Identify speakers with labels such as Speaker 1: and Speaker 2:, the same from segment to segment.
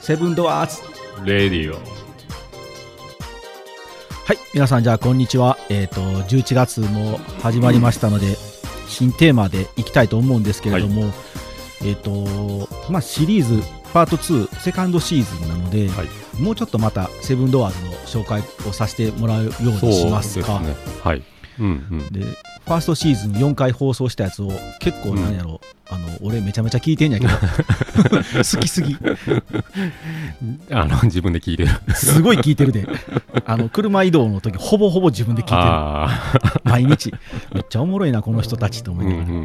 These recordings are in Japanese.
Speaker 1: セブンドアーズ
Speaker 2: レディオ
Speaker 1: はい皆さんじゃあこんにちはえっ、と11月も始まりましたので、新テーマでいきたいと思うんですけれども、えっ、とまあシリーズパート2セカンドシーズンなので、
Speaker 2: はい
Speaker 1: もうちょっとまたセブンドアーズの紹介をさせてもらうようにしますか
Speaker 2: そうですねはいうんうん
Speaker 1: でファーストシーズン4回放送したやつを結構なんやろ、あの俺めちゃめちゃ聞いてんやけど 好きすぎ
Speaker 2: あの自分で聞いてる
Speaker 1: すごい聞いてるであの車移動の時ほぼほぼ自分で聞い
Speaker 2: あ
Speaker 1: てる毎日めっちゃおもろいなこの人たちと
Speaker 2: あ
Speaker 1: 思
Speaker 2: う
Speaker 1: い
Speaker 2: んう
Speaker 1: なが
Speaker 2: ん
Speaker 1: ら、
Speaker 2: うんうん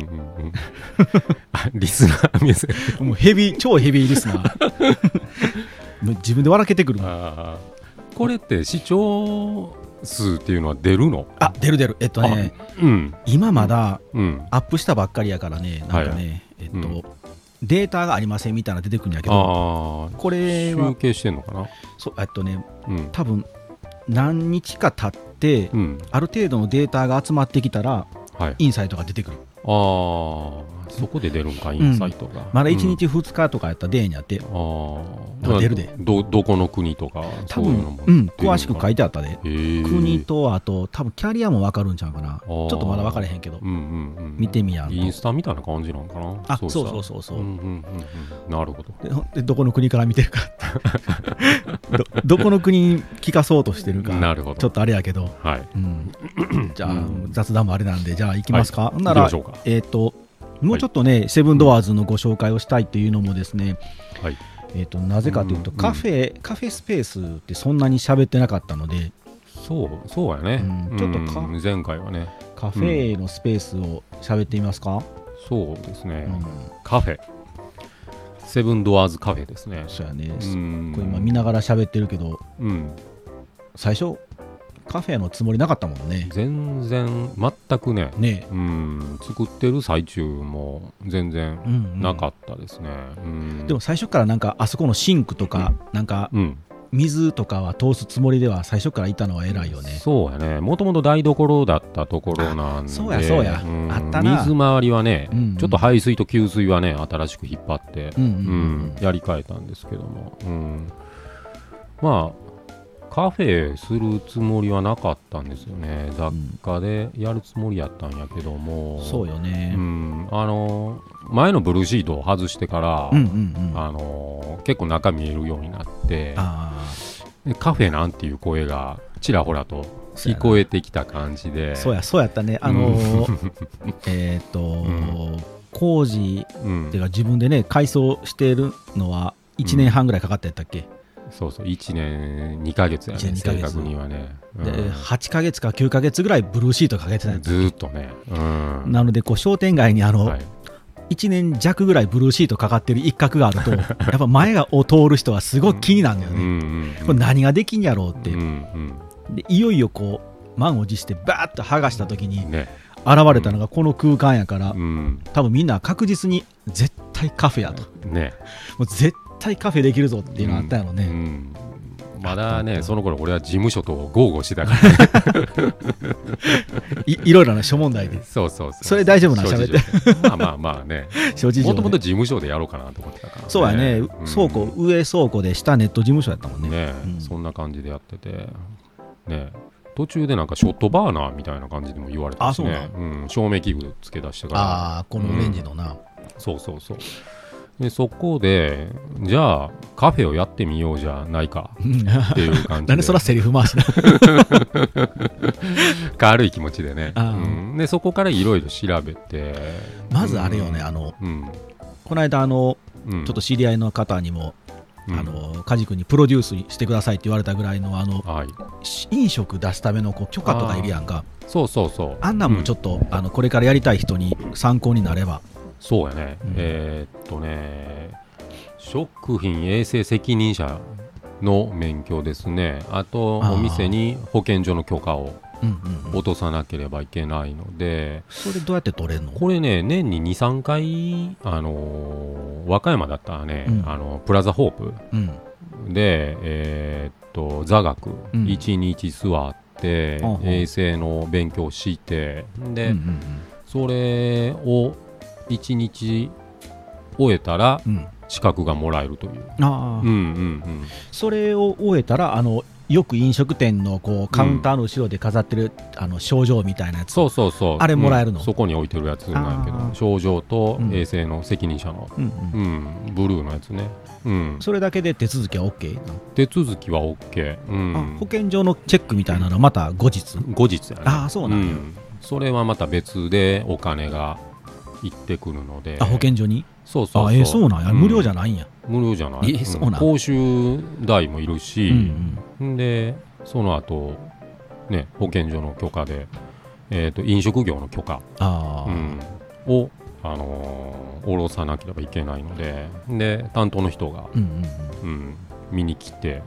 Speaker 2: あリスナー目線
Speaker 1: もうヘビー超ヘビーリスナーもう自分で笑けてくるもん
Speaker 2: あーこれって視聴数っていうのは出るの
Speaker 1: あ出る出るえっとね
Speaker 2: うん
Speaker 1: 今まだ
Speaker 2: うん
Speaker 1: アップしたばっかりやからねなんかね、え
Speaker 2: は
Speaker 1: っと、
Speaker 2: うん
Speaker 1: データがありませんみたいなの出てくるんやけど
Speaker 2: ああ
Speaker 1: これ
Speaker 2: 集
Speaker 1: は
Speaker 2: 計してんのかな
Speaker 1: そうえっとね
Speaker 2: うん
Speaker 1: 多分何日か経って、
Speaker 2: うん
Speaker 1: ある程度のデータが集まってきたら
Speaker 2: はい
Speaker 1: インサイトが出てくる
Speaker 2: ああそこで出るんかインサイトが
Speaker 1: まだ1日2日とかやったらデーにやって、
Speaker 2: ああ
Speaker 1: なんか出るで
Speaker 2: どどこの国とか
Speaker 1: 多
Speaker 2: そういう
Speaker 1: 分
Speaker 2: のも
Speaker 1: うん詳しく書いてあったで国
Speaker 2: 国
Speaker 1: とあと多分キャリアも分かるんちゃうかなち
Speaker 2: あ
Speaker 1: ょ
Speaker 2: ー
Speaker 1: っとまだ分かれへんけど
Speaker 2: うんうんうん
Speaker 1: 見てみやんと
Speaker 2: インスタみたいな感じなんかな
Speaker 1: あそう
Speaker 2: した
Speaker 1: そうそうそう、
Speaker 2: うんうんうんうんなるほど
Speaker 1: でほんでどこの国から見てるか どどこの国に聞かそうとしてるか
Speaker 2: なるほど
Speaker 1: ちょっとあれやけど、
Speaker 2: はい
Speaker 1: うん じゃあ、
Speaker 2: うん
Speaker 1: 雑談もあれなんでじゃあ行きますか、
Speaker 2: い
Speaker 1: なら
Speaker 2: 行きましょうか
Speaker 1: えっ、ともうちょっとね、セブンドアーズのご紹介をしたいっていうのもですね、
Speaker 2: はい
Speaker 1: えー、となぜかというと、
Speaker 2: うん
Speaker 1: カフェ、カフェスペースってそんなに喋ってなかったので
Speaker 2: そうそうやね
Speaker 1: うんちょっとか
Speaker 2: うん前回はね
Speaker 1: カフェのスペースを喋ってみますか、
Speaker 2: そうです
Speaker 1: う
Speaker 2: ね
Speaker 1: ん
Speaker 2: カフェセブンドアーズカフェですね
Speaker 1: そうやね、
Speaker 2: うん
Speaker 1: これ今見ながら喋ってるけど
Speaker 2: うん
Speaker 1: 最初カフェのつもりなかったもんね
Speaker 2: 全然全くね
Speaker 1: ね
Speaker 2: うん作ってる最中も全然
Speaker 1: うんうん
Speaker 2: なかったですねうん
Speaker 1: でも最初からなんかあそこのシンクとか、なんか
Speaker 2: うん
Speaker 1: 水とかは通すつもりでは最初からいたのは偉いよね
Speaker 2: そうやねもともと台所だったところなんで
Speaker 1: そうやそうや
Speaker 2: ん
Speaker 1: あったな
Speaker 2: 水回りはね、
Speaker 1: うんうん
Speaker 2: ちょっと排水と給水はね新しく引っ張って、
Speaker 1: うん
Speaker 2: う
Speaker 1: うんんうん
Speaker 2: やり替えたんですけども、うんまあカフェするつもりはなかったんですよね雑貨でやるつもりやったんやけども、
Speaker 1: うんそうよ
Speaker 2: う
Speaker 1: ね、
Speaker 2: んあの前のブルーシートを外してから、
Speaker 1: うんうんうんあ
Speaker 2: あの結構中見えるようになって
Speaker 1: あ
Speaker 2: でカフェなんていう声がちらほらと聞こえてきた感じで、
Speaker 1: そうやそうやったねあのー えっと、
Speaker 2: ん
Speaker 1: 工事
Speaker 2: うん
Speaker 1: っていうか自分でね改装してるのは1年半ぐらいかかったやったっけ、
Speaker 2: そうそう1年2ヶ月や
Speaker 1: 一年
Speaker 2: ね
Speaker 1: 二ヶ
Speaker 2: 正
Speaker 1: 月
Speaker 2: 確にはね、うん
Speaker 1: で8ヶ月か9ヶ月ぐらいブルーシートかけてたんや
Speaker 2: ずーっとね、うん
Speaker 1: なのでこう商店街にあの、
Speaker 2: はい
Speaker 1: 1年弱ぐらいブルーシートかかってる一角がある とやっぱ前を通る人はすごく気になるんだよ
Speaker 2: うん
Speaker 1: ね、
Speaker 2: うんうん、
Speaker 1: これ何ができんやろうって、
Speaker 2: うんうん
Speaker 1: でいよいよこう満を持してバーッと剥がした時に現
Speaker 2: ね
Speaker 1: れたのがこの空間やから、
Speaker 2: うん
Speaker 1: 多分みんな確実に絶対カフェやとも
Speaker 2: ね
Speaker 1: う絶対カフェできるぞっていうのあったやろね、
Speaker 2: うんまだねその頃俺は事務所と豪語してたか
Speaker 1: い いろいろな諸問題で
Speaker 2: らそうそうそう
Speaker 1: それ大丈夫な
Speaker 2: 諸事情まあまあまあね
Speaker 1: 諸事情
Speaker 2: も
Speaker 1: で
Speaker 2: ともと事務所でやろうかなと思ってたから、
Speaker 1: そうやね、
Speaker 2: うん
Speaker 1: 倉庫上倉庫で下ネット事務所やったもんね
Speaker 2: ね、
Speaker 1: うん
Speaker 2: そんな感じでやってて、ね、途中でなんかショットバーナーみたいな感じでも言われたし
Speaker 1: あ
Speaker 2: ね、うん、照明器具付け出してから、
Speaker 1: ああこのオレンジのな、
Speaker 2: そうそうそう。でそこで、じゃあカフェをやってみようじゃないかっていう感じで
Speaker 1: なんでそらセリフ回しな
Speaker 2: 軽い気持ちでね、う
Speaker 1: あー
Speaker 2: ん、でそこからいろいろ調べて
Speaker 1: まずあれよね、あの
Speaker 2: うん
Speaker 1: この間あの
Speaker 2: うん、
Speaker 1: ちょっと知り合いの方にも、
Speaker 2: うん
Speaker 1: あの梶君にプロデュースしてくださいって言われたぐらいのあの
Speaker 2: はい、
Speaker 1: し飲食出すためのこう許可とかいるやんか
Speaker 2: そうそうそう
Speaker 1: あんなんもちょ
Speaker 2: っと
Speaker 1: っと、あのこれからやりたい人に参考になれば
Speaker 2: そうやね、
Speaker 1: うん
Speaker 2: えーっとね、食品衛生責任者の免許ですね、あと
Speaker 1: あー
Speaker 2: お店に保健所の許可を
Speaker 1: うんうんうん
Speaker 2: 落とさなければいけないので、
Speaker 1: それどうやって取れんの
Speaker 2: これね、年に2、3回、あのー和歌山だったらね、
Speaker 1: うん
Speaker 2: あのプラザホープ
Speaker 1: うん
Speaker 2: で、えーっと座学、
Speaker 1: うん
Speaker 2: 1日座って、
Speaker 1: あは
Speaker 2: 衛生の勉強して、
Speaker 1: うん
Speaker 2: で、
Speaker 1: うん
Speaker 2: それを1日終えたら、
Speaker 1: うんうん
Speaker 2: 資格がもらえるという。
Speaker 1: ああ、
Speaker 2: うんうん
Speaker 1: それを終えたらあのよく飲食店のこうカウンターの後ろで飾ってる、あの症状みたいなやつ
Speaker 2: そうそうそう
Speaker 1: あれもらえるの
Speaker 2: うんそこに置いてるやつなんやけ
Speaker 1: あー
Speaker 2: ど症状と
Speaker 1: うん
Speaker 2: 衛生の責任者の、
Speaker 1: うんうん
Speaker 2: うん、ブルーのやつね、うん、
Speaker 1: それだけで手続きは OK なの、
Speaker 2: 手続きは OK、う
Speaker 1: あ保
Speaker 2: ん、
Speaker 1: 健所のチェックみたいなのはまた後日、
Speaker 2: 後日やね
Speaker 1: ああそうなんや、
Speaker 2: うんそれはまた別でお金が行ってくるので
Speaker 1: あ保健所に
Speaker 2: そうそうそう
Speaker 1: あええそうなんや、無料じゃないんや、
Speaker 2: 無料じゃない、
Speaker 1: えそうなん
Speaker 2: 講習代もいる
Speaker 1: う
Speaker 2: し、
Speaker 1: ん
Speaker 2: でその後、ね保健所の許可で、えー、と飲食業の許可、
Speaker 1: ああ、
Speaker 2: うんを、あのー下ろさなければいけないのでで担当の人が、
Speaker 1: うんうん
Speaker 2: うん、見に来て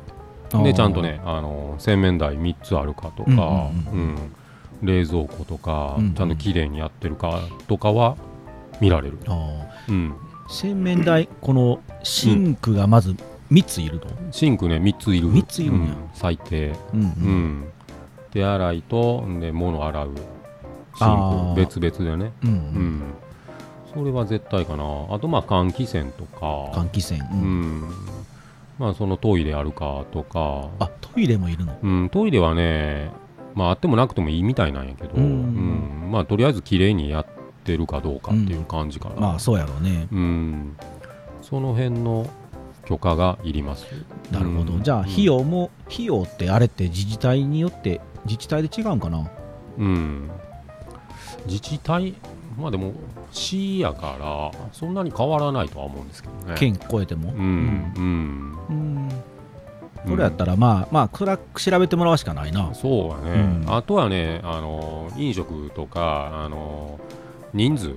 Speaker 1: うん
Speaker 2: でちゃんとね、あのー洗面台3つあるかとか、
Speaker 1: う
Speaker 2: うんん
Speaker 1: うん
Speaker 2: 冷蔵庫とか、
Speaker 1: うん
Speaker 2: ちゃんと綺麗にやってるかとかは見られる、
Speaker 1: あー
Speaker 2: うん、
Speaker 1: 洗面台このシンクがまず3ついるの、
Speaker 2: シンクね3ついる
Speaker 1: 三ついるんや
Speaker 2: うん最低
Speaker 1: うんう
Speaker 2: うんん、手洗いとで物洗うシ
Speaker 1: あー
Speaker 2: ンク別々でね、
Speaker 1: うん
Speaker 2: うんそれは絶対かなあとまあ換気扇とか、
Speaker 1: 換気扇、う
Speaker 2: うんんまあ、そのトイレあるかとか
Speaker 1: あトイレもいるの
Speaker 2: うん、トイレはね、まあ、あってもなくてもいいみたいなんやけど、
Speaker 1: うん
Speaker 2: うんまあ、とりあえず綺麗にやってるかどうかっていう感じかな、うん
Speaker 1: まあそうやろうね
Speaker 2: その辺の許可がいります
Speaker 1: なるほど、
Speaker 2: うん
Speaker 1: じゃあ費用も、費用ってあれって自治体によって自治体で違うんかな
Speaker 2: うん、自治体、まあでも、市やから、そんなに変わらないとは思うんですけどね。
Speaker 1: 県超えても
Speaker 2: うん、うん、
Speaker 1: うんこれやったらまあまあそれは調べてもらうしかないな
Speaker 2: そうやね、
Speaker 1: うん
Speaker 2: あとはね、あの飲食とか、あの人数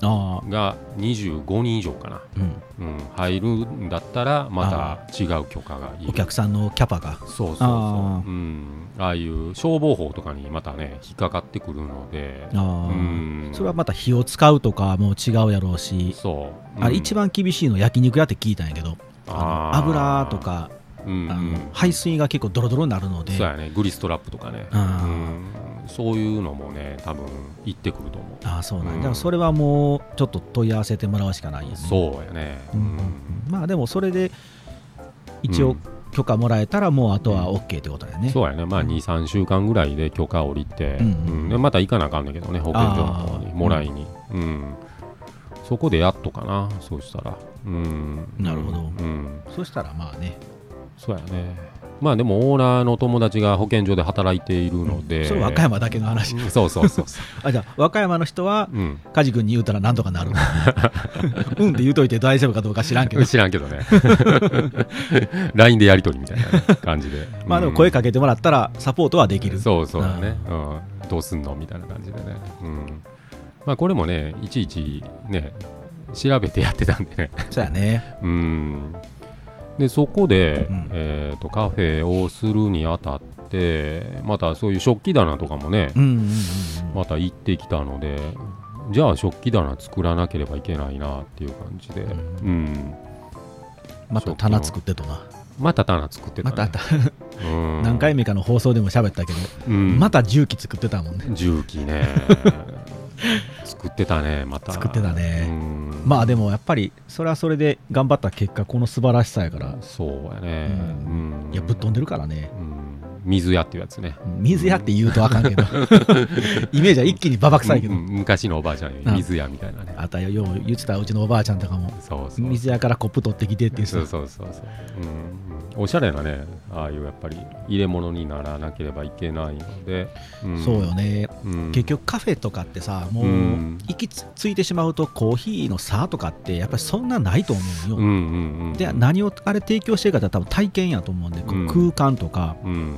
Speaker 1: ああ
Speaker 2: が25人以上かな、
Speaker 1: うん
Speaker 2: うん、入るんだったら、また違う許可がいる。
Speaker 1: お客さんのキャパが
Speaker 2: そうそうそう
Speaker 1: あー
Speaker 2: うん、ああいう消防法とかにまたね、引っかかってくるので、
Speaker 1: ああ、
Speaker 2: うん、
Speaker 1: それはまた火を使うとかも違うやろうし、
Speaker 2: そう、
Speaker 1: あれ一
Speaker 2: 番
Speaker 1: 番厳しいの焼肉屋って聞いたんやけどあの油と、か
Speaker 2: うんう
Speaker 1: あ
Speaker 2: ん
Speaker 1: の排水が結構ドロドロになるので
Speaker 2: そうやねグリストラップとかね、
Speaker 1: あ
Speaker 2: うんそういうのもね多分行ってくると思う、
Speaker 1: ああそうなんだ、
Speaker 2: うん
Speaker 1: からそれはもうちょっと問い合わせてもらうしかないよね
Speaker 2: そうやね、
Speaker 1: う
Speaker 2: うん
Speaker 1: うんうんまあでもそれで一応許可もらえたらもうあとは OK ってことだよね、
Speaker 2: そうやねまあ
Speaker 1: うん
Speaker 2: 23週間ぐらいで許可降りて、
Speaker 1: うん
Speaker 2: うんでまた行かなあかんねんけどね保健所の方
Speaker 1: あ
Speaker 2: に
Speaker 1: ー
Speaker 2: もらいに、うんそこでやっとかなそうしたら、うん、
Speaker 1: なるほど
Speaker 2: うん、
Speaker 1: そしたらまあね、
Speaker 2: そうやねまあでもオーナーの友達が保健所で働いているので、
Speaker 1: それ和歌山だけの話
Speaker 2: うんそうそうそうそ
Speaker 1: あじゃあ和歌山の人は
Speaker 2: う、うん、
Speaker 1: 梶君に言うたらなんとかなる うんって言うといて大丈夫かどうか知らんけど
Speaker 2: 知らんけどね LINE でやり取りみたいな感じで
Speaker 1: まあでも声かけてもらったらサポートはできる、
Speaker 2: そうそうだね、うん、どうすんのみたいな感じでね、うんまあ、これもねいちいちね調べてやってたんでね、
Speaker 1: そうやね
Speaker 2: うん、でそこで、
Speaker 1: うん
Speaker 2: えー、とカフェをするにあたってまたそういう食器棚とかもね
Speaker 1: うんうんうんうん
Speaker 2: また行ってきたのでじゃあ食器棚作らなければいけないなっていう感じで、
Speaker 1: う
Speaker 2: うん、
Speaker 1: また棚作ってとな
Speaker 2: また棚作って
Speaker 1: ま
Speaker 2: た、ね、
Speaker 1: たあった
Speaker 2: う ん
Speaker 1: 何回目かの放送でも喋ったけど、
Speaker 2: うん
Speaker 1: また重機作ってたもんね
Speaker 2: 重機 ね作ってたねまた
Speaker 1: 作ってたね
Speaker 2: うん
Speaker 1: まあでもやっぱりそれはそれで頑張った結果この素晴らしさやから
Speaker 2: そうやね
Speaker 1: う
Speaker 2: うん
Speaker 1: いやぶっ飛んでるからね
Speaker 2: うん水屋っていうやつね
Speaker 1: 水屋って言うとあかんけ どイメージは一気にババ臭いけど、
Speaker 2: うん昔のおばあちゃんより水屋みたいなね
Speaker 1: あたよよう言ってたうちのおばあちゃんとかも
Speaker 2: そうそう
Speaker 1: 水屋からコップ取ってきてっていう
Speaker 2: そうそうそうそう、うんうん、おしゃれなねああいうやっぱり入れ物にならなければいけないので、ん
Speaker 1: そうよ、ね、
Speaker 2: うん
Speaker 1: 結局カフェとかってさも
Speaker 2: う
Speaker 1: うん行き着いてしまうとコーヒーの差とかってやっぱりそんなないと思うよ、
Speaker 2: うんうんうん
Speaker 1: で何をあれ提供してるかって多分体験やと思うんで、こう
Speaker 2: うん
Speaker 1: 空間とか
Speaker 2: うん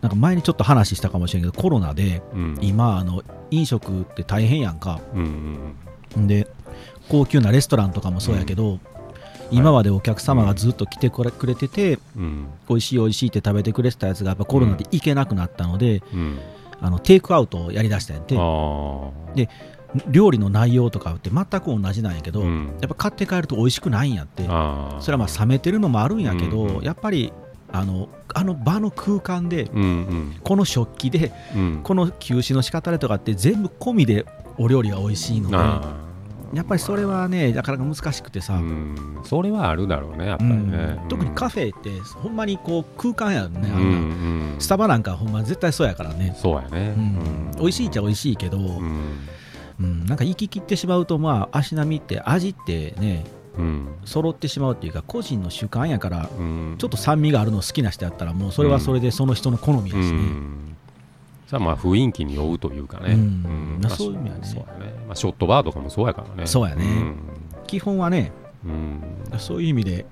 Speaker 1: なんか前にちょっと話したかもしれんけどコロナで
Speaker 2: うん
Speaker 1: 今あの飲食って大変やんか
Speaker 2: うんうん
Speaker 1: で高級なレストランとかもそうやけど、今までお客様がずっと来てこれくれてて、
Speaker 2: うん
Speaker 1: 美味しい美味しいって食べてくれてたやつがやっぱコロナで行けなくなったので、
Speaker 2: うん
Speaker 1: あのテイクアウトをやりだしたんやって
Speaker 2: ああ
Speaker 1: で料理の内容とかって全く同じなんやけど、
Speaker 2: うん
Speaker 1: やっぱ買って帰ると美味しくないんやって
Speaker 2: ああ
Speaker 1: それはまあ冷めてるのもあるんやけど、
Speaker 2: うんうん
Speaker 1: やっぱりあのあの場の空間で
Speaker 2: うんうん
Speaker 1: この食器で
Speaker 2: うん
Speaker 1: この休止の仕方でとかって全部込みでお料理が美味しいので
Speaker 2: ああ
Speaker 1: やっぱりそれはねなかなか難しくてさ、
Speaker 2: うんそれはあるだろうねやっぱりね、
Speaker 1: 特にカ
Speaker 2: フ
Speaker 1: フェってほんまにこう空間やね、
Speaker 2: ェ
Speaker 1: あんなスタバなんかほんま絶対そうやからね、
Speaker 2: そうやね、
Speaker 1: うん美味しいっちゃ美味しいけど、
Speaker 2: う
Speaker 1: うん
Speaker 2: ん
Speaker 1: なんか行き切ってしまうとまあ足並みって味ってね
Speaker 2: うん
Speaker 1: 揃ってしまうっていうか個人の習慣やから
Speaker 2: うん
Speaker 1: ちょっと酸味があるの好きな人やったらもうそれはそれでその人の好みやし
Speaker 2: う
Speaker 1: ね、
Speaker 2: んじゃあまあ雰囲気に酔うというかね、
Speaker 1: うん
Speaker 2: ん
Speaker 1: まあそういう意味はね
Speaker 2: そうやねまあ、ショットバーとかもそうやからね
Speaker 1: そうやね基本はね
Speaker 2: うん、うん
Speaker 1: そういう意味で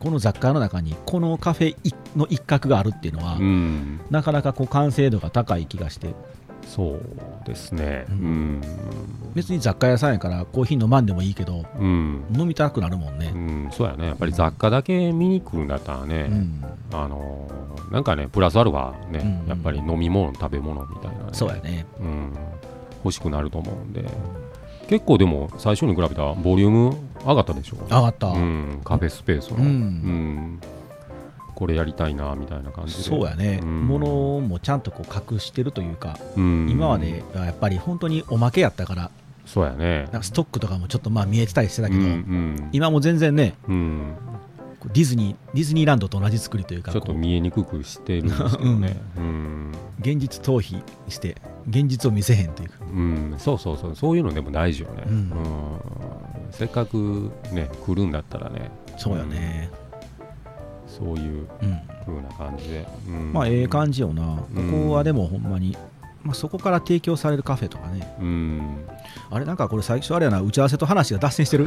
Speaker 1: この雑貨の中にこのカフェいの一角があるっていうのは、
Speaker 2: うん
Speaker 1: なかなかこう完成度が高い気がして
Speaker 2: そうですね
Speaker 1: う
Speaker 2: うん
Speaker 1: 別に雑貨屋さんやからコーヒー飲まんでもいいけど
Speaker 2: うん、
Speaker 1: 飲みたくなるもんね
Speaker 2: う、ん、そうやねやっぱり雑貨だけ見に来るんだったら
Speaker 1: う
Speaker 2: ね、
Speaker 1: ん、
Speaker 2: あのーなんかねプラスアルファね、
Speaker 1: うん
Speaker 2: やっぱり飲み物食べ物みたいな、ね、
Speaker 1: そうやね
Speaker 2: うん、欲しくなると思うんで結構でも最初に比べたらボリューム上がったでしょ
Speaker 1: 上がった、
Speaker 2: うん、カフェスペースの、
Speaker 1: うん
Speaker 2: うんこれやりたいなみたいな感じで
Speaker 1: そうやね、
Speaker 2: うん
Speaker 1: 物もちゃんとこう隠してるというか、
Speaker 2: うん
Speaker 1: 今まではやっぱり本当におまけやったから
Speaker 2: そうやね
Speaker 1: なんかストックとかもちょっとまあ見えてたりしてたけど、
Speaker 2: うんうん
Speaker 1: 今も全然ね
Speaker 2: うん
Speaker 1: こうディズニーディズニーランドと同じ作りというか
Speaker 2: ちょっ
Speaker 1: こ
Speaker 2: と
Speaker 1: う
Speaker 2: 見えにくくしてるんです けどね、うん
Speaker 1: 現実逃避して現実を見せへんというか
Speaker 2: うんそうそうそうそういうのでも大事よね、
Speaker 1: うん
Speaker 2: うんせっかくね来るんだったらね
Speaker 1: そうやね、
Speaker 2: そういう
Speaker 1: うん
Speaker 2: 風な感じで、うん
Speaker 1: まあええ感じよな、
Speaker 2: うん
Speaker 1: ここはでもほんまに、まあ、そこから提供されるカフェとかね
Speaker 2: うん
Speaker 1: あれなんかこれ最初あれやな打ち合わせと話が脱線 してる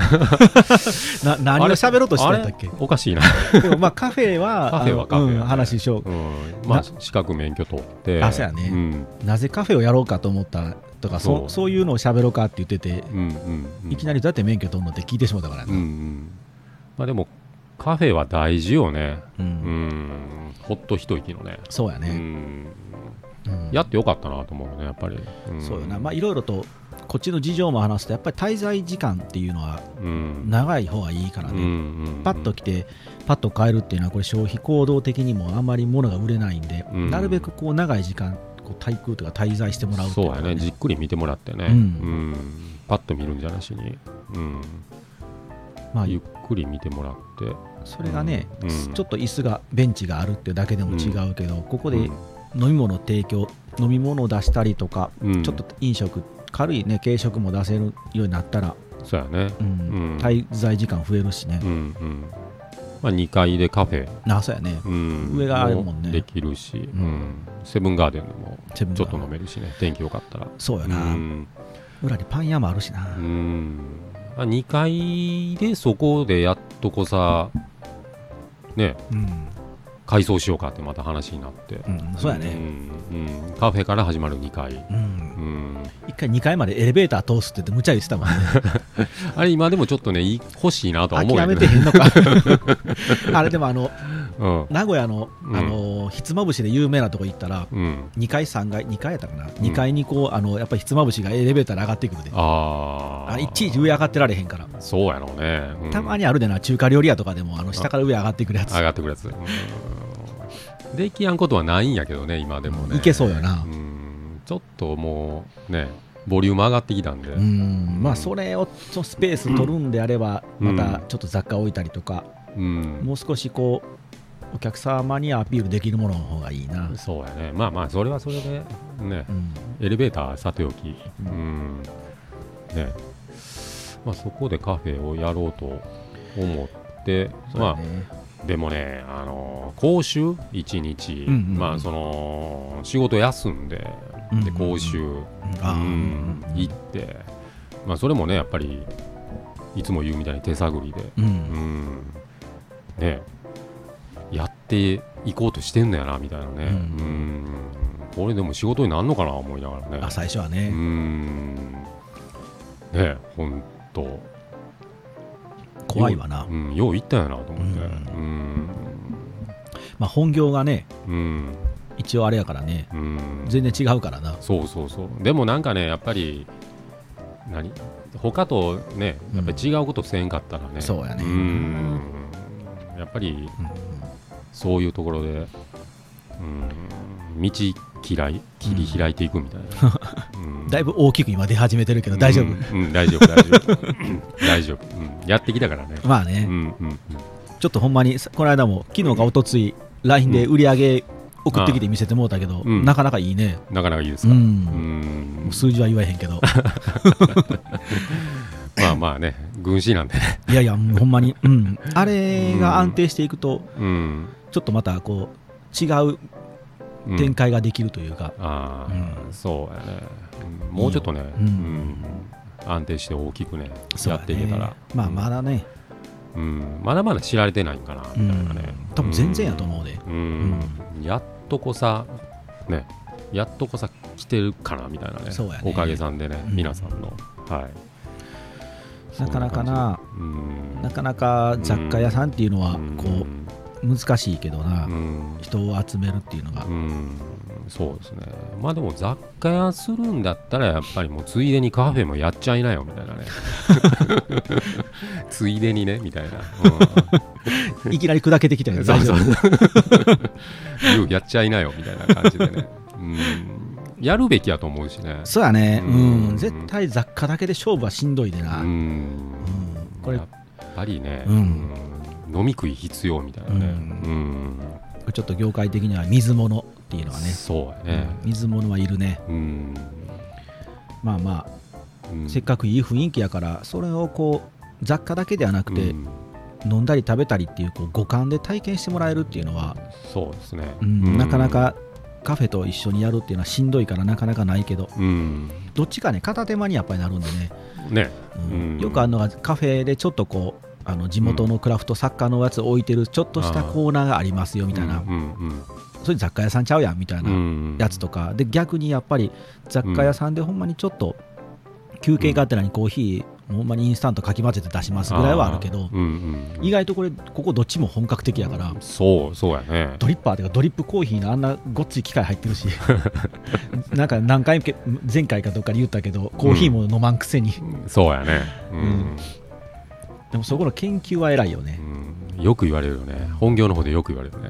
Speaker 1: な何を喋ろうとしてたんだっけ
Speaker 2: あれおかしいな、
Speaker 1: でもまあカフェは
Speaker 2: カフェはカ
Speaker 1: あの
Speaker 2: フェ
Speaker 1: うん
Speaker 2: ね
Speaker 1: 話しよ
Speaker 2: うんまあ
Speaker 1: な
Speaker 2: 資格免許取って
Speaker 1: あそうやね
Speaker 2: うん
Speaker 1: うなぜカフェをやろうかと思ったとかそ
Speaker 2: そう
Speaker 1: うそういうのを喋ろうかって言ってて、
Speaker 2: うんうんうん
Speaker 1: いきなりどうやって免許取るのって聞いてしまったから
Speaker 2: う
Speaker 1: なん
Speaker 2: うんまあでもカフェは大事よね
Speaker 1: うん
Speaker 2: うんほっと一息のね
Speaker 1: そうや
Speaker 2: う
Speaker 1: ね、
Speaker 2: ん
Speaker 1: うん
Speaker 2: やってよかったなと思うよねやっぱり、ん
Speaker 1: そうよなまあいろいろとこっちの事情も話すとやっぱり滞在時間っていうのは
Speaker 2: うん
Speaker 1: 長い方がいいから
Speaker 2: うん
Speaker 1: ね、
Speaker 2: うんうん
Speaker 1: パッと来てパッと買えるっていうのはこれ消費行動的にもあんまり物が売れないんで、
Speaker 2: うん
Speaker 1: なるべくこう長い時間こう滞空とか滞在してもらうってい
Speaker 2: そう
Speaker 1: の
Speaker 2: や
Speaker 1: が
Speaker 2: ねじっくり見てもらってね、
Speaker 1: うん
Speaker 2: うんパッと見るんじゃなしに、うん
Speaker 1: まあ、
Speaker 2: ゆっくり見てもらって
Speaker 1: それがね、
Speaker 2: うん
Speaker 1: ちょっと椅子がベンチがあるってだけでも違うけど、ここで
Speaker 2: うん
Speaker 1: 飲み物提供飲み物を出したりとか、
Speaker 2: うん
Speaker 1: ちょっと飲食軽いね軽食も出せるようになったら、
Speaker 2: そうやね
Speaker 1: うん
Speaker 2: うん
Speaker 1: 滞在時間増えるしね
Speaker 2: う、んうんまあ、2階でカフェ、
Speaker 1: あそうやね
Speaker 2: うん
Speaker 1: 上があるもんね
Speaker 2: できるし、うんんセブンガーデンでも
Speaker 1: セブン
Speaker 2: ち
Speaker 1: が
Speaker 2: ょっと飲めるしね天気よかったら
Speaker 1: そうや
Speaker 2: う
Speaker 1: な、
Speaker 2: ん
Speaker 1: 裏にパン屋もあるしな、
Speaker 2: うんまあ、2階でそこでやっとこさね
Speaker 1: うん
Speaker 2: 改装しようかってまた話になって、
Speaker 1: うんそうやね、
Speaker 2: うんうんカフェから始まる2階、
Speaker 1: うん
Speaker 2: うん、
Speaker 1: 一回2階までエレベーター通すって言って無茶言ってたもんね
Speaker 2: あれ今でもちょっとねい欲しい なとは思う
Speaker 1: 諦
Speaker 2: ん
Speaker 1: め
Speaker 2: や
Speaker 1: て
Speaker 2: けど、
Speaker 1: へんのか あれでもあの
Speaker 2: うん
Speaker 1: 名古屋の
Speaker 2: うん
Speaker 1: あのひつまぶしで有名なとこ行ったら
Speaker 2: うん、
Speaker 1: 2階3階2階やったかな、2階にこうあのやっぱりひつまぶしがエレベーターで上がってくるで
Speaker 2: あ
Speaker 1: あ
Speaker 2: あ
Speaker 1: れいちいち上上がってられへんから
Speaker 2: そうやろうね、うん
Speaker 1: たまにあるでな中華料理屋とかでもあの下から上上がってくるやつ
Speaker 2: 上がってくるやつ、うん、できやんことはないんやけどね今でもね
Speaker 1: いけそうよな
Speaker 2: うんちょっともうねボリューム上がってきたんで、
Speaker 1: うん、まあそれをそのスペース取るんであれば、
Speaker 2: うん
Speaker 1: またちょっと雑貨置いたりとか、
Speaker 2: うん
Speaker 1: もう少しこうお客様にアピールできるものの方がいいな、
Speaker 2: そうやねまあまあそれはそれでね
Speaker 1: うん
Speaker 2: エレベーターはさておき
Speaker 1: う
Speaker 2: うんん、ねまあそこでカフェをやろうと思って
Speaker 1: そうや
Speaker 2: ま
Speaker 1: ね
Speaker 2: あでもねあの講習1日、
Speaker 1: うんうんうん
Speaker 2: まあその仕事休んで
Speaker 1: うんうんう
Speaker 2: で
Speaker 1: ん
Speaker 2: 講習、
Speaker 1: あー
Speaker 2: うん
Speaker 1: うん
Speaker 2: 行って、まあ、それもねやっぱりいつも言うみたいに手探りで、
Speaker 1: うん
Speaker 2: うんね、やっていこうとしてんのやなみたいなね、
Speaker 1: う
Speaker 2: うんんこれでも仕事になるのかな思いながら
Speaker 1: あ
Speaker 2: ね
Speaker 1: 最初は
Speaker 2: う
Speaker 1: ね、
Speaker 2: んね本当
Speaker 1: 怖いわな
Speaker 2: う、ん、よう行ったんやなと思ってうん
Speaker 1: まあ、本業がね
Speaker 2: うん
Speaker 1: 一応あれやからね
Speaker 2: うん
Speaker 1: 全然違うからな
Speaker 2: そうそうそうでもなんかねやっぱり何他とねやっぱり違うことせんかったらね、
Speaker 1: そうやね、
Speaker 2: うんやっぱり
Speaker 1: うん
Speaker 2: そういうところで、うん、道嫌い切り開いていくみたいな、うん
Speaker 1: だいぶ大きく今出始めてるけど大丈夫、
Speaker 2: うんうん大丈夫大丈夫 うん大丈夫、うんやってきたからね、
Speaker 1: まあ
Speaker 2: う
Speaker 1: ね、
Speaker 2: んうんうん、
Speaker 1: ちょっとほんまにさこの間も昨日か一昨日 LINE で売り上げ送ってきて見せてもうたけど、
Speaker 2: うん
Speaker 1: なかなかいいね、
Speaker 2: なかなかいいです
Speaker 1: うん
Speaker 2: か、う
Speaker 1: も
Speaker 2: ん
Speaker 1: う、数字は言わへんけど
Speaker 2: まあまあね軍師なんでね、
Speaker 1: いやいやもうほんまに、うん、あれが安定していくと
Speaker 2: うん
Speaker 1: ちょっとまたこう違う
Speaker 2: うん
Speaker 1: 展開ができるというか、
Speaker 2: ああ、
Speaker 1: うん
Speaker 2: そうやね、うんもうちょっとね、
Speaker 1: うん
Speaker 2: うん安定して大きくね
Speaker 1: そう
Speaker 2: や
Speaker 1: や
Speaker 2: っていけたら
Speaker 1: ね、まあまだね、
Speaker 2: うん、まだまだ知られてないんかな
Speaker 1: うん
Speaker 2: みたいなね、
Speaker 1: 多分全然やと思うで、
Speaker 2: うん、やっとこさねやっとこさ来てるかなみたいなね
Speaker 1: そうやね
Speaker 2: おかげさんでね、
Speaker 1: うん
Speaker 2: 皆さんのはい
Speaker 1: なかなかな
Speaker 2: そん
Speaker 1: な
Speaker 2: な感じ
Speaker 1: かなか雑貨屋さんっていうのは
Speaker 2: うん
Speaker 1: こう難しいけどな、
Speaker 2: うん
Speaker 1: 人を集めるっていうのが、
Speaker 2: うんそうですねまあでも雑貨屋するんだったらやっぱりもうついでにカフェもやっちゃいなよみたいなね ついでにねみたいな、
Speaker 1: いきなり砕けてきた
Speaker 2: う
Speaker 1: よ
Speaker 2: ん、そう
Speaker 1: 大丈
Speaker 2: そ
Speaker 1: 夫
Speaker 2: うようやっちゃいなよみたいな感じでね、うん、やるべきやと思うしね
Speaker 1: そうやね、う
Speaker 2: うん
Speaker 1: ん、絶対雑貨だけで勝負はしんどいでな、
Speaker 2: う
Speaker 1: うん
Speaker 2: ん
Speaker 1: これ
Speaker 2: やっぱりね、
Speaker 1: うん
Speaker 2: うん飲み食い必要みたいなね、
Speaker 1: う
Speaker 2: うん
Speaker 1: これちょっと業界的には水物っていうのはね、
Speaker 2: そう
Speaker 1: う
Speaker 2: やね
Speaker 1: ん、水物はいるね、
Speaker 2: うん
Speaker 1: まあま
Speaker 2: うん
Speaker 1: あ、せっかくいい雰囲気やから、それをこう雑貨だけではなくて、
Speaker 2: うん
Speaker 1: 飲んだり食べたりっていうこう五感で体験してもらえるっていうのは、
Speaker 2: そうですね、
Speaker 1: うん
Speaker 2: うん
Speaker 1: なかなかカフェと一緒にやるっていうのはしんどいからなかなかないけど、
Speaker 2: うん
Speaker 1: どっちかね、片手間にやっぱりなるんでね、
Speaker 2: ね
Speaker 1: うん
Speaker 2: うん
Speaker 1: よくあるのがカフェでちょっとこう、あの地元のクラフトサッカーのやつ置いてるちょっとしたコーナーがありますよみたいな、
Speaker 2: うんうん
Speaker 1: それ雑貨屋さんちゃうやんみたい
Speaker 2: うんう
Speaker 1: なんやつとか、で逆にやっぱり雑貨屋さんでほんまにちょっと休憩がてらにコーヒー、ほんまにインスタントかき混ぜて出しますぐらいはあるけど
Speaker 2: ー、うんうん
Speaker 1: 意外とこれ、ここどっちも本格的やから、
Speaker 2: そうそうやね
Speaker 1: ドリッパーというか、ドリップコーヒーのあんなごっつい機械入ってるし、 なんか何回もけ前回かどっかで言ったけど、コーヒーも飲まんくせに、
Speaker 2: そうやね、うん
Speaker 1: でもそこの研究は偉いよね。
Speaker 2: うんよく言われるよね本業の方でよく言われ るね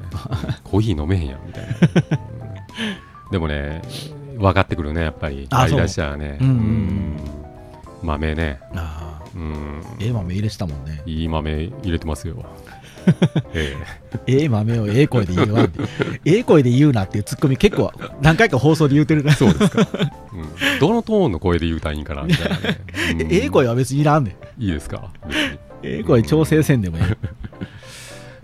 Speaker 2: コーヒー飲めへんやんみたいな、うんでもね分かってくるねやっぱり
Speaker 1: あ
Speaker 2: あ
Speaker 1: そう
Speaker 2: りだしたらね
Speaker 1: うんうん
Speaker 2: うん豆ね、
Speaker 1: ああ
Speaker 2: うん、
Speaker 1: ええ豆入れしたもんね。
Speaker 2: いい豆入れてま すよえ
Speaker 1: ええ豆をええ声で言うわって ええ声で言うなっていうツッコミ結構何回か放送で言うてるな
Speaker 2: え。そうですか、うんどのトーンの声で言うたらいいんかなみたいなね、うん
Speaker 1: ええ声は別にいらんで。
Speaker 2: いいですか別に
Speaker 1: ええ声調整せんでもええ。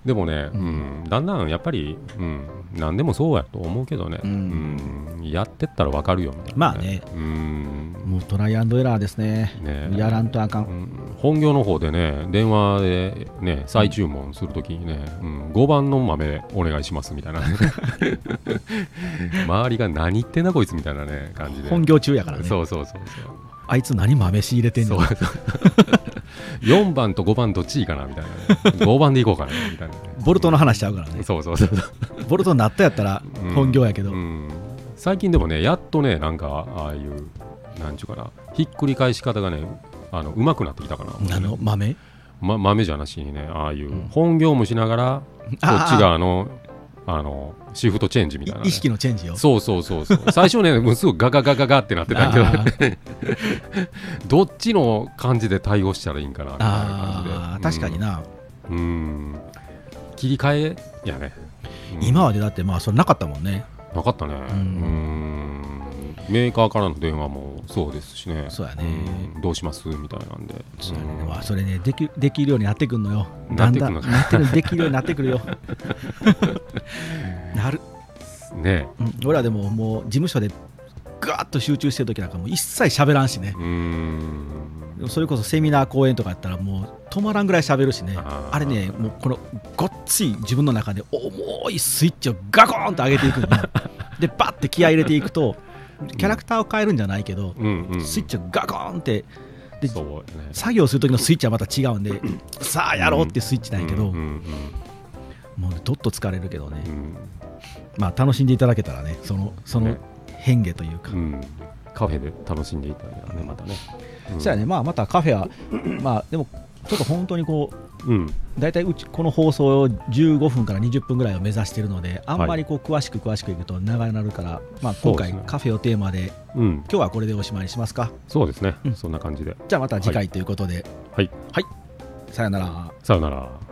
Speaker 2: でもね、
Speaker 1: う
Speaker 2: うんん、だんだんやっぱり、うん、何でもそうやと思うけどね、
Speaker 1: う
Speaker 2: うんんやってったらわかるよみたいな、
Speaker 1: まあね
Speaker 2: うん
Speaker 1: もうトライアンドエラーです ね。
Speaker 2: ね
Speaker 1: やらんとあか。
Speaker 2: うんん本業の方でね、電話で、ね、再注文するときにね、うん、5番の豆お願いしますみたいな、 周りが何言ってんだこいつみたいなね、感じで。
Speaker 1: 本業中やからね。
Speaker 2: そうそうそう
Speaker 1: あいつ何豆仕入れて
Speaker 2: そうんそ
Speaker 1: の
Speaker 2: う4番と5番どっちいいかなみたいな、ね、5番でいこうかなみ たいなね、
Speaker 1: ボルトの話しちゃうからね。
Speaker 2: そうそうそう
Speaker 1: ボルトになったやったら
Speaker 2: うん
Speaker 1: 本業やけど。
Speaker 2: うん最近でもねやっとねなんかああいうなんちゅうかなひっくり返し方がねあのうまくなってきたかな
Speaker 1: あの豆
Speaker 2: ま、豆じゃなしにねああいう、
Speaker 1: うん
Speaker 2: 本業もしながらこっち
Speaker 1: あ
Speaker 2: 側のあのシフトチェンジみたいなね、
Speaker 1: い意識のチェンジよ。
Speaker 2: そうそうそう そう最初ねもうすぐガガガガガってなってたけど
Speaker 1: あー
Speaker 2: どっちの感じで対応したらいいんかなみたい
Speaker 1: あ
Speaker 2: な
Speaker 1: ー
Speaker 2: 感
Speaker 1: 確
Speaker 2: じで
Speaker 1: かにな。
Speaker 2: うん、うん切り替えやね、うん
Speaker 1: 今までだってまあそれなかったもんね。
Speaker 2: なかったね、うんんメーカーからの電話もそうですしね、
Speaker 1: そうやね
Speaker 2: うんどうしますみたいなんで、
Speaker 1: そうやね
Speaker 2: うん
Speaker 1: まあそれねできできるようになってくんのよだ
Speaker 2: なんってく
Speaker 1: だ
Speaker 2: ん
Speaker 1: ん
Speaker 2: の
Speaker 1: なってるできるようになってくる よ なる、
Speaker 2: ね
Speaker 1: うん、俺はでももう事務所でガーッと集中してる時なんかもう一切喋らんしね
Speaker 2: うん
Speaker 1: でもそれこそセミナー講演とかやったらもう止まらんぐらい喋るしねあ
Speaker 2: あー
Speaker 1: れねもうこのごっつい自分の中で重いスイッチをガコーンと上げてい くのねでバッて気合い入れていくとキャラクターを変えるんじゃないけど、
Speaker 2: うんうん、
Speaker 1: スイッチをガコーンってで
Speaker 2: そうね
Speaker 1: 作業する時のスイッチはまた違うんでさあやろうってスイッチなんやけど、
Speaker 2: うんうん
Speaker 1: もうどっと疲れるけどね
Speaker 2: う、ん
Speaker 1: まあ楽しんでいただけたらねそのその
Speaker 2: ね
Speaker 1: 変化というか、
Speaker 2: うんうんカフェで楽しんでいただいたらねまたね、
Speaker 1: そしたらねまあまたカフェはまあでもちょっと本当にこう
Speaker 2: うん、
Speaker 1: 大体うちこの放送を15分から20分ぐらいを目指しているのであんまりこう詳しく詳しくいくと長くなるから、まあ、今
Speaker 2: そうで
Speaker 1: 回
Speaker 2: すね
Speaker 1: カフェをテーマで
Speaker 2: うん、
Speaker 1: 今日はこれでおしまいにしますか
Speaker 2: そうですね、
Speaker 1: うん
Speaker 2: そんな感じで。
Speaker 1: じゃあまた次回ということで
Speaker 2: はい、
Speaker 1: さよなら。
Speaker 2: さよなら。